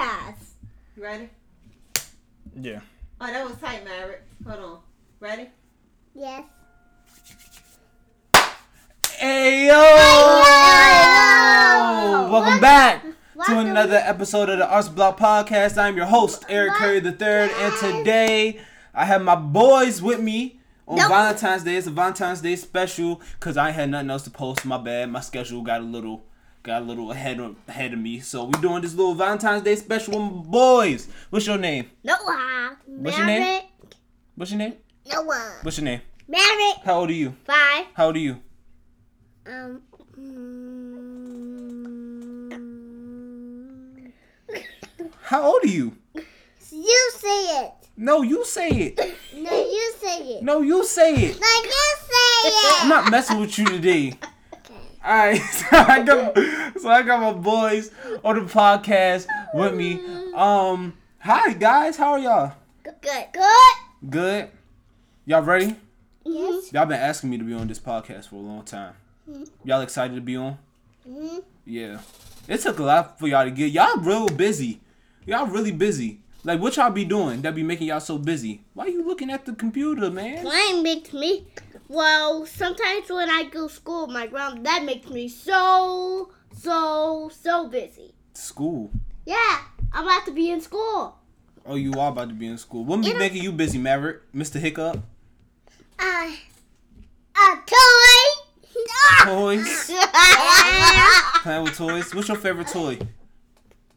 Cast. You ready? Yeah. Oh, that was tight, Maverick. Hold on. Ready? Yes. Ayo! Ayo! Welcome What- back to welcome- another episode of the Arts Block Podcast. I'm your host, Eric What- Curry III, and today I have my boys with me on Nope. Valentine's Day. It's a Valentine's Day special because I had nothing else to post. My bad. My schedule got a little got a little ahead of, ahead of me. So we're doing this little Valentine's Day special with my boys. What's your name? Noah. What's your name? What's your name? Noah. What's your name? Maverick. How old are you? Five. How old are you? Um. mm, How old are you? You say it. No, you say it. No, you say it. No, you say it. No, you say I'm it. not messing with you today. Alright, so I got so I got my boys on the podcast with me. Um hi guys, how are y'all? Good. Good. Good? Y'all ready? Yes. Y'all been asking me to be on this podcast for a long time. Y'all excited to be on? Mhm. Yeah. It took a lot for y'all to get y'all real busy. Y'all really busy. Like what y'all be doing that be making y'all so busy? Why you looking at the computer, man? Playing makes me. Well, sometimes when I go to school, my grandma that makes me so, so, so busy. School. Yeah, I'm about to be in school. Oh, you are about to be in school. What be It'll- making you busy, Maverick? Mr. Hiccup? Uh, a toy. Toys? Playing with toys. What's your favorite toy?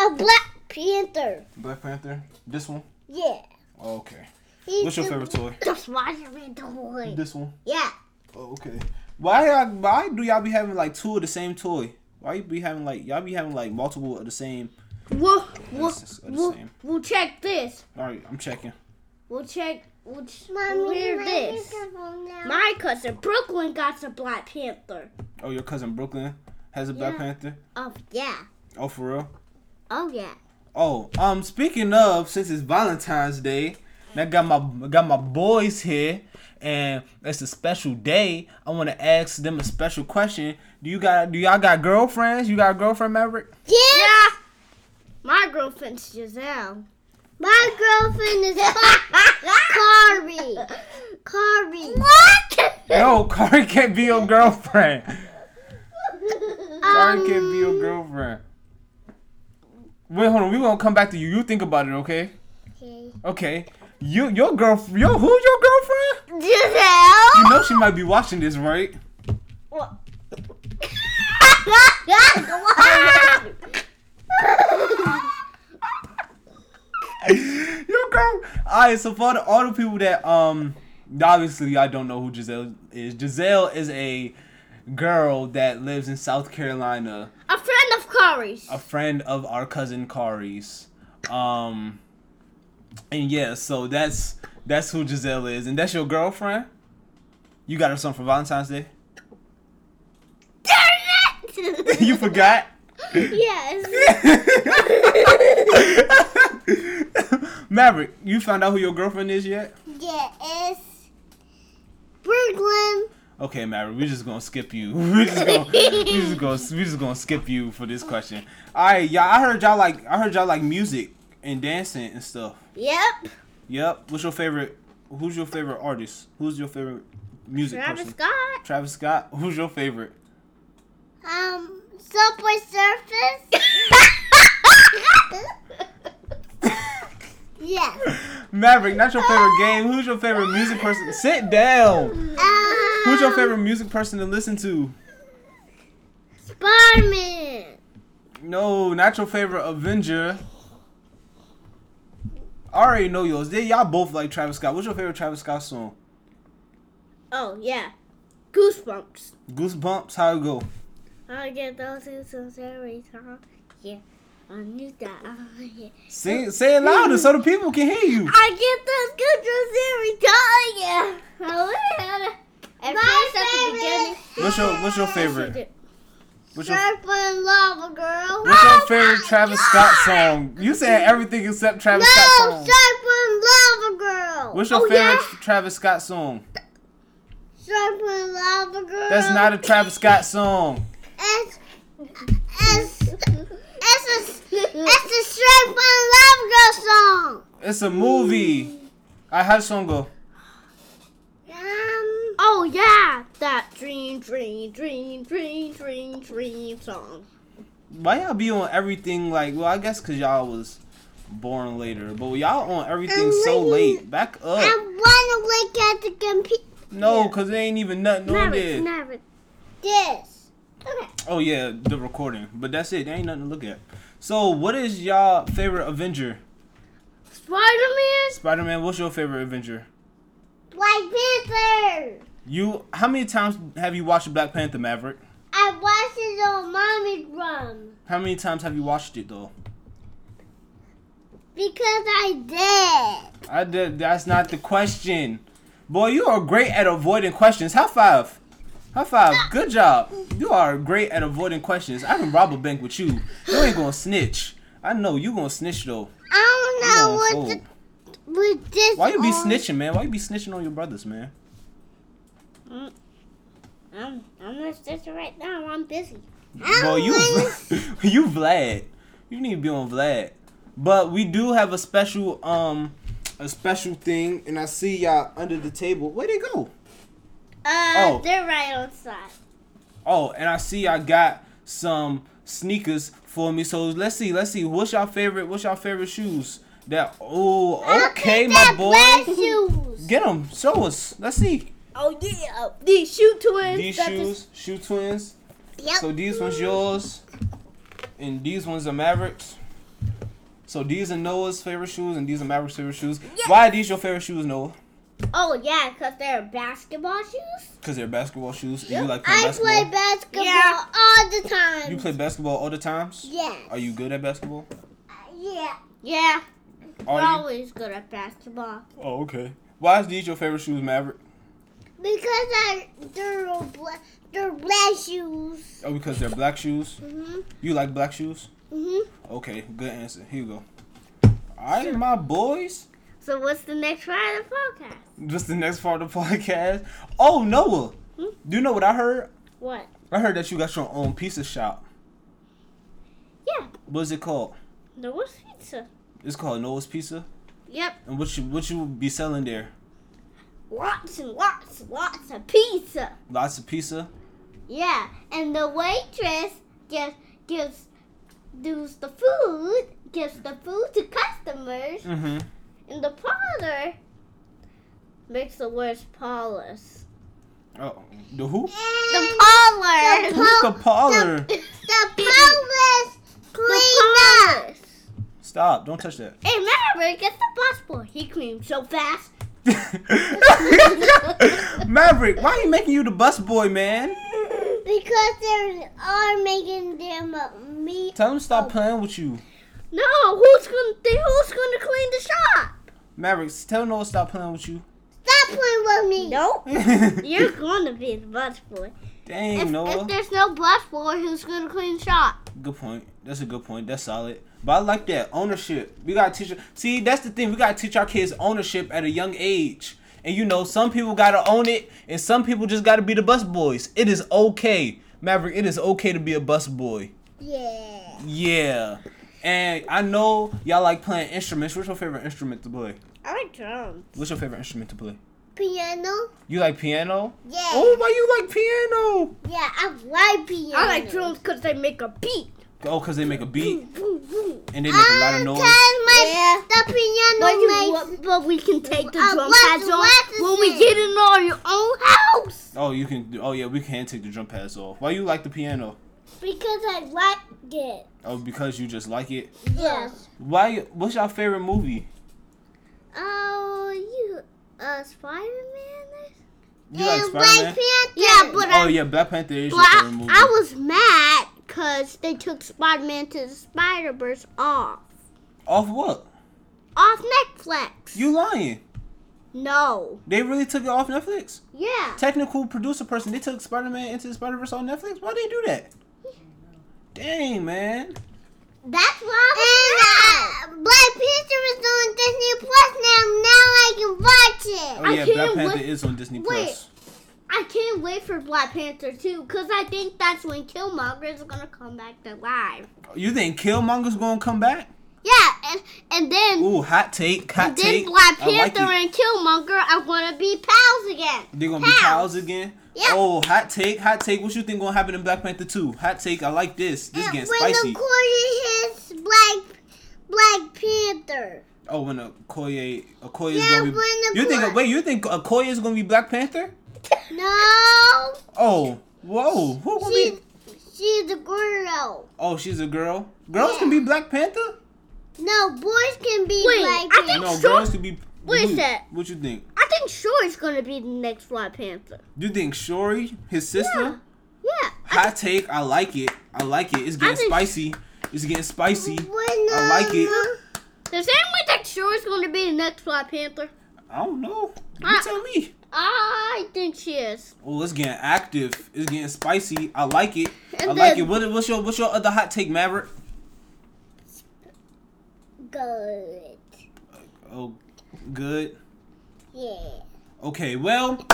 a black panther. Black Panther. This one. Oh, Yeah. Okay. He's What's your the- favorite toy? The Spider-Man toy. This one. Oh, Yeah. Okay. Why? y'all- Why do y'all be having like two of the same toy? Why you be having like y'all be having like multiple of the same? We'll, we'll, This is the we'll, same. we'll check this. All right, I'm checking. We'll check. We'll, ch- we'll hear this. Mom, My cousin Brooklyn got some Black Panther. Oh, your cousin Brooklyn has a Black Yeah. Panther. Oh yeah. Oh, for real? Oh yeah. Oh, um, speaking of, since it's Valentine's Day, and I got my got my boys here, and it's a special day. I want to ask them a special question. Do you got do y'all got girlfriends? You got a girlfriend, Maverick? Yeah. My girlfriend's Giselle. My girlfriend is Carrie. Carrie. What? No, Cardi can't be your girlfriend. Um, Cardi can't be your girlfriend. Wait, hold on. We gonna come back to you. You think about it, okay? Okay. Okay. You, your girl, yo, who your girlfriend? Giselle. You know she might be watching this, right? your girl. All right. So for the, all the people that um, obviously I don't know who Giselle is. Giselle is a girl that lives in South Carolina. A friend of Corey's. a friend of our cousin Kari's. Um and yeah, so that's that's who Giselle is. And that's your girlfriend? You got her something for Valentine's Day? you forgot? yes. Maverick, you found out who your girlfriend is yet? Yeah, it's Brooklyn. Okay, Maverick, we're just gonna skip you. We're just gonna, we're just gonna, we're just gonna skip you for this question. All right, y'all. I heard y'all like, I heard y'all like music and dancing and stuff. Yep. Yep. What's your favorite? Who's your favorite artist? Who's your favorite music Travis person? Scott. Travis Scott. Who's your favorite? Um, Subway Surface. yes. Maverick. Not your favorite game. Who's your favorite music person? Sit down. Um, Who's your favorite music person to listen to? Spider-Man. No, not your favorite Avenger. I already know yours. They y'all both like Travis Scott. What's your favorite Travis Scott song? Oh yeah. Goosebumps. Goosebumps. How it go? I get those goosebumps every time. Yeah. I knew that. Oh, yeah. Sing, say it louder so the people can hear you. I get those goosebumps every time. Yeah. Oh, yeah. At first, at the beginning, What's your What's your favorite? What's your Surfing Lava Girl. What's your favorite Travis Scott song? You said everything except Travis Scott No, song. Surfing Lava Girl. What's your oh, favorite Yeah? Travis Scott song? Surfing Lava Girl. That's not a Travis Scott song. It's, it's, It's a it's a Shrimp and Love Girl song. It's a movie. I had song go. Um, Oh yeah, that dream, dream, dream, dream, dream, dream song. Why y'all be on everything like? Well, I guess cause y'all was born later, but y'all on everything I'm so waiting. late. Back I up. wanna look at the computer. No, cause there ain't even nothing on Never, there. never. This. Oh yeah, the recording. But that's it. There ain't nothing to look at. So, what is y'all favorite Avenger? Spider Man. Spider Man. What's your favorite Avenger? Black Panther. You. How many times have you watched Black Panther Maverick? I watched it on mommy's room How many times have you watched it though? because I did. I did, that's not the question. Boy, you are great at avoiding questions. High five. High five. Good job. You are great at avoiding questions. I can rob a bank with you. You ain't gonna snitch. I know you gonna snitch though. I You gonna don't know what fold. the, with this. Why you be on. snitching, man? Why you be snitching on your brothers, man? I'm I'm not stitching right now. I'm busy. Boy, you you Vlad. You need to be on Vlad. But we do have a special um a special thing, and I see y'all under the table. Where'd it go? Uh, Oh. they're right outside. Oh, and I see I got some sneakers for me. So let's see, let's see. What's your favorite? What's your favorite shoes? That oh, okay, my That black boy. shoes. Get them. Show us. Let's see. Oh yeah, these shoe twins. These that's shoes, shoe twins. Yep. So these ones yours, and these ones are Mavericks. So these are Noah's favorite shoes, and these are Mavericks' favorite shoes. Why are these your favorite shoes, Noah? A, oh yeah, cause they're basketball shoes. Because they're basketball shoes, and you like playing I basketball. play basketball Yeah. all the time. you play basketball all the times. Yeah. Are you good at basketball? Yeah. Yeah, we're Are you? always good at basketball. Oh, okay. Why is these your favorite shoes, Maverick? Because I they're all bla- they're black shoes. Oh, because they're black shoes. Mm-hmm, Mhm. You like black shoes? Mhm. Okay, good answer. Here you go. All right, my boys. So what's the next part of the podcast? Just the next part of the podcast. Oh, Noah. Hmm? Do you know what I heard? What? I heard that you got your own pizza shop. Yeah, What's it called? there was pizza. It's called Noah's Pizza. Yep, And what you what you be selling there? lots and lots, lots of pizza. Lots of pizza. Yeah, and the waitress gives gives does the food, gives the food to customers, Mm-hmm. and the parlor makes the words parlors. Oh, the who? The And parlor. Who's the parlor? the police clean up. Stop! Don't touch that. Hey, Maverick, it's the bus boy. He cleans so fast. Maverick, why are you making you the bus boy, man? Because they are making them uh, me. Tell him to stop playing with you. No, who's gonna who's gonna clean the shop? Maverick, tell Noah to stop playing with you. Stop playing with me. Nope. You're gonna be the bus boy. Dang, If, if Noah. there's no bus boy, who's gonna clean the shop? Good point. That's a good point. That's solid. But I like that ownership. We gotta teach. See, that's the thing. We gotta teach our kids ownership at a young age. And you know, some people gotta own it, and some people just gotta be the bus boys. It is okay, Maverick. It is okay to be a bus boy. Yeah. Yeah. And I know y'all like playing instruments. What's your favorite instrument to play? I like drums. What's your favorite instrument to play? Piano. You like piano? Yeah. Oh, why you like piano? Yeah. I like piano. I like drums because they make a beat. Oh, because they make a beat Boom, boom. and they make a lot of noise. Because my the piano But, you, makes. but- but we can take the Uh, drum what- pads off what is when we it? get in our your own house. Oh, you can. do- Oh, yeah, we can take the drum pads off. Why you like the piano? Because I like it. Oh, because you just like it. Yes. Why? What's your favorite movie? Oh, you. Uh, Spider Man. You like and Spider Man? Black Panther. Yeah, but Oh I, yeah, Black Panther is but your favorite I, movie. I was mad because they took Spider Man to the Spider Verse off Off what? off Netflix. You lying? no. They really took it off Netflix? Yeah. Technical producer person, they took Spider Man into the Spider Verse on Netflix. Why they do that? Dang man. That's why. And uh, Black Panther is on Disney Plus now. Now I can watch it. Oh yeah, Black can't Panther wait- is on Disney wait. Plus. I can't can't wait for Black Panther 2 because I think that's when Killmonger is gonna come back to life. You think Killmonger's gonna come back? Yeah, and and then Ooh, hot take, hot and then take. Black I like Panther it. and Killmonger are gonna be pals again. They're gonna be pals again. Yeah. Oh, hot take, hot take. What you think gonna happen in Black Panther 2? Hot take. I like this. This And getting when spicy. Okoye hits Black Black Panther. oh, when Okoye, Okoye's Yeah, gonna be. when you think? Okoye- Wait, you think Okoye is gonna be Black Panther? No, Oh, whoa. Who gonna she's be? she's a girl. Oh, she's a girl. Girls can be Black Panther. No, boys can be Wait, Black I Panther. think- No, Sure. girls can be. What is Who- that? What you think? I think Shore is gonna be the next Black Panther. You think Shuri, his sister? Yeah. Yeah. Hot take. I like it. I like it. It's getting think- spicy. It's getting spicy. When, I uh, like it. um, Does anyone think Shore is gonna be the next Black Panther? I don't know. You I- tell me. I think she is. Oh, it's getting active. It's getting spicy. I like it. I And like then- it. What, what's your What's your other hot take, Maverick? Good. Oh, good. Yeah. Okay. Well,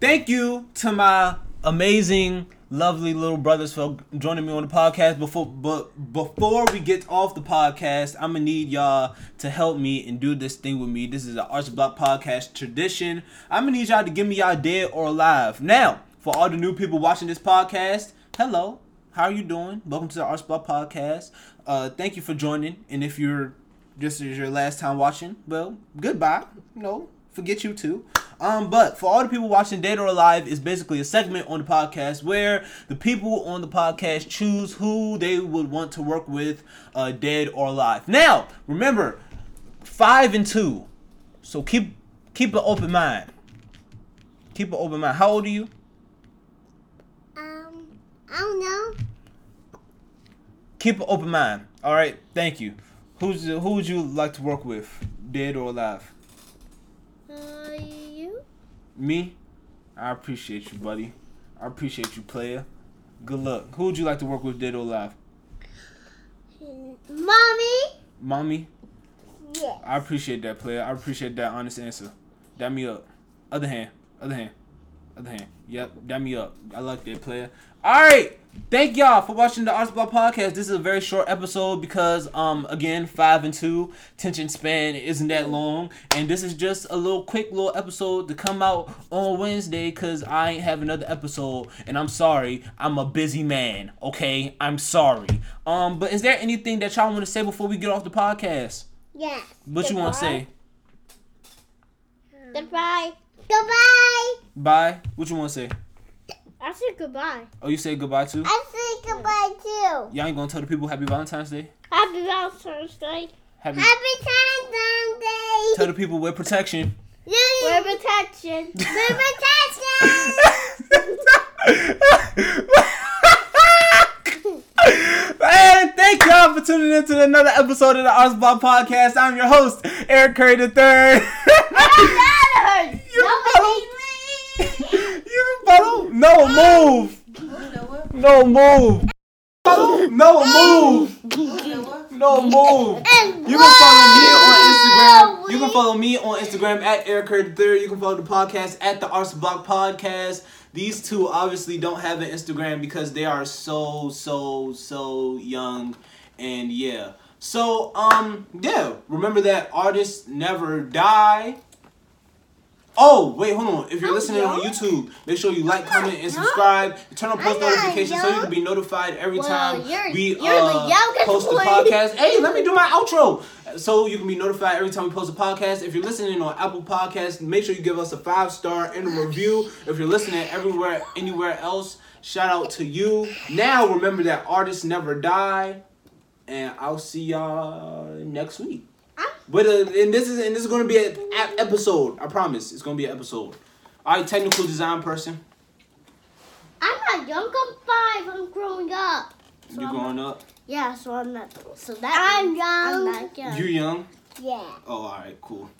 thank you to my amazing, lovely little brothers for joining me on the podcast. Before, but before we get off the podcast, I'm gonna need y'all to help me and do this thing with me. This is an Arts Block podcast tradition. I'm gonna need y'all to give me y'all dead or alive now. For all the new people watching this podcast, hello. How are you doing? Welcome to the Arts Block podcast. Uh, thank you for joining. And if you're this is your last time watching, well, goodbye. No, forget you too. Um, but for all the people watching Dead or Alive is basically a segment on the podcast where the people on the podcast choose who they would want to work with, uh, dead or alive. Now, remember, five and two. So keep keep an open mind. Keep an open mind. How old are you? Um, I don't know. Keep an open mind. All right. Thank you. Who's who would you like to work with, dead or alive? Uh, you? Me? I appreciate you, buddy. I appreciate you, player. Good luck. Who would you like to work with, dead or alive? Mommy. Mommy? Yeah. I appreciate that, player. I appreciate that honest answer. Dab me up. Other hand. Other hand. Other hand. Yep. Dab me up. I like that, player. All right. Thank y'all for watching the Arts Block podcast. This is a very short episode because, um, again, five and two tension span isn't that long, and this is just a little quick little episode to come out on Wednesday because I ain't have another episode, and I'm sorry, I'm a busy man. Okay, I'm sorry. Um, but is there anything that y'all want to say before we get off the podcast? Yes. What you want to say? Goodbye. Goodbye. Bye. What you want to say? I said goodbye. Oh, you say goodbye too? I say goodbye too. Y'all ain't gonna tell the people Happy Valentine's Day. Happy Valentine's Day. Happy. Happy Valentine's Day. Tell the people wear protection. Lily. We're protection. We're protected. Man, thank y'all for tuning in to another episode of the Arts Block Podcast. I'm your host, Eric Curry the Third. You can follow. You can follow. No move. Who know what? No move. Follow. No move. Who know what? No move. You can follow me on Instagram. You can follow me on Instagram at Eric Curd Third. You can follow the podcast at the Arts Block Podcast. These two obviously don't have an Instagram because they are so so so young, and yeah. So um yeah, remember that artists never die. Oh wait, hold on. If you're listening on YouTube, make sure you like, comment, and subscribe. Turn on post I'm not notifications so you can young. be notified every Well, time you're- we you're the uh, youngest post the one. podcast. Hey, let me do my outro. So you can be notified every time we post a podcast. If you're listening on Apple Podcasts, make sure you give us a five star and a review. If you're listening everywhere, anywhere else, shout out to you. Now remember that artists never die, and I'll see y'all next week. Ah. But uh, and this is and this is gonna be an ep- episode. I promise, it's gonna be an episode. All right, technical design person, I'm not young. I'm five. I'm growing up. you growing up? Yeah, so I'm not. So that. I'm young. I'm not young. You young? Yeah. Oh, all right, cool.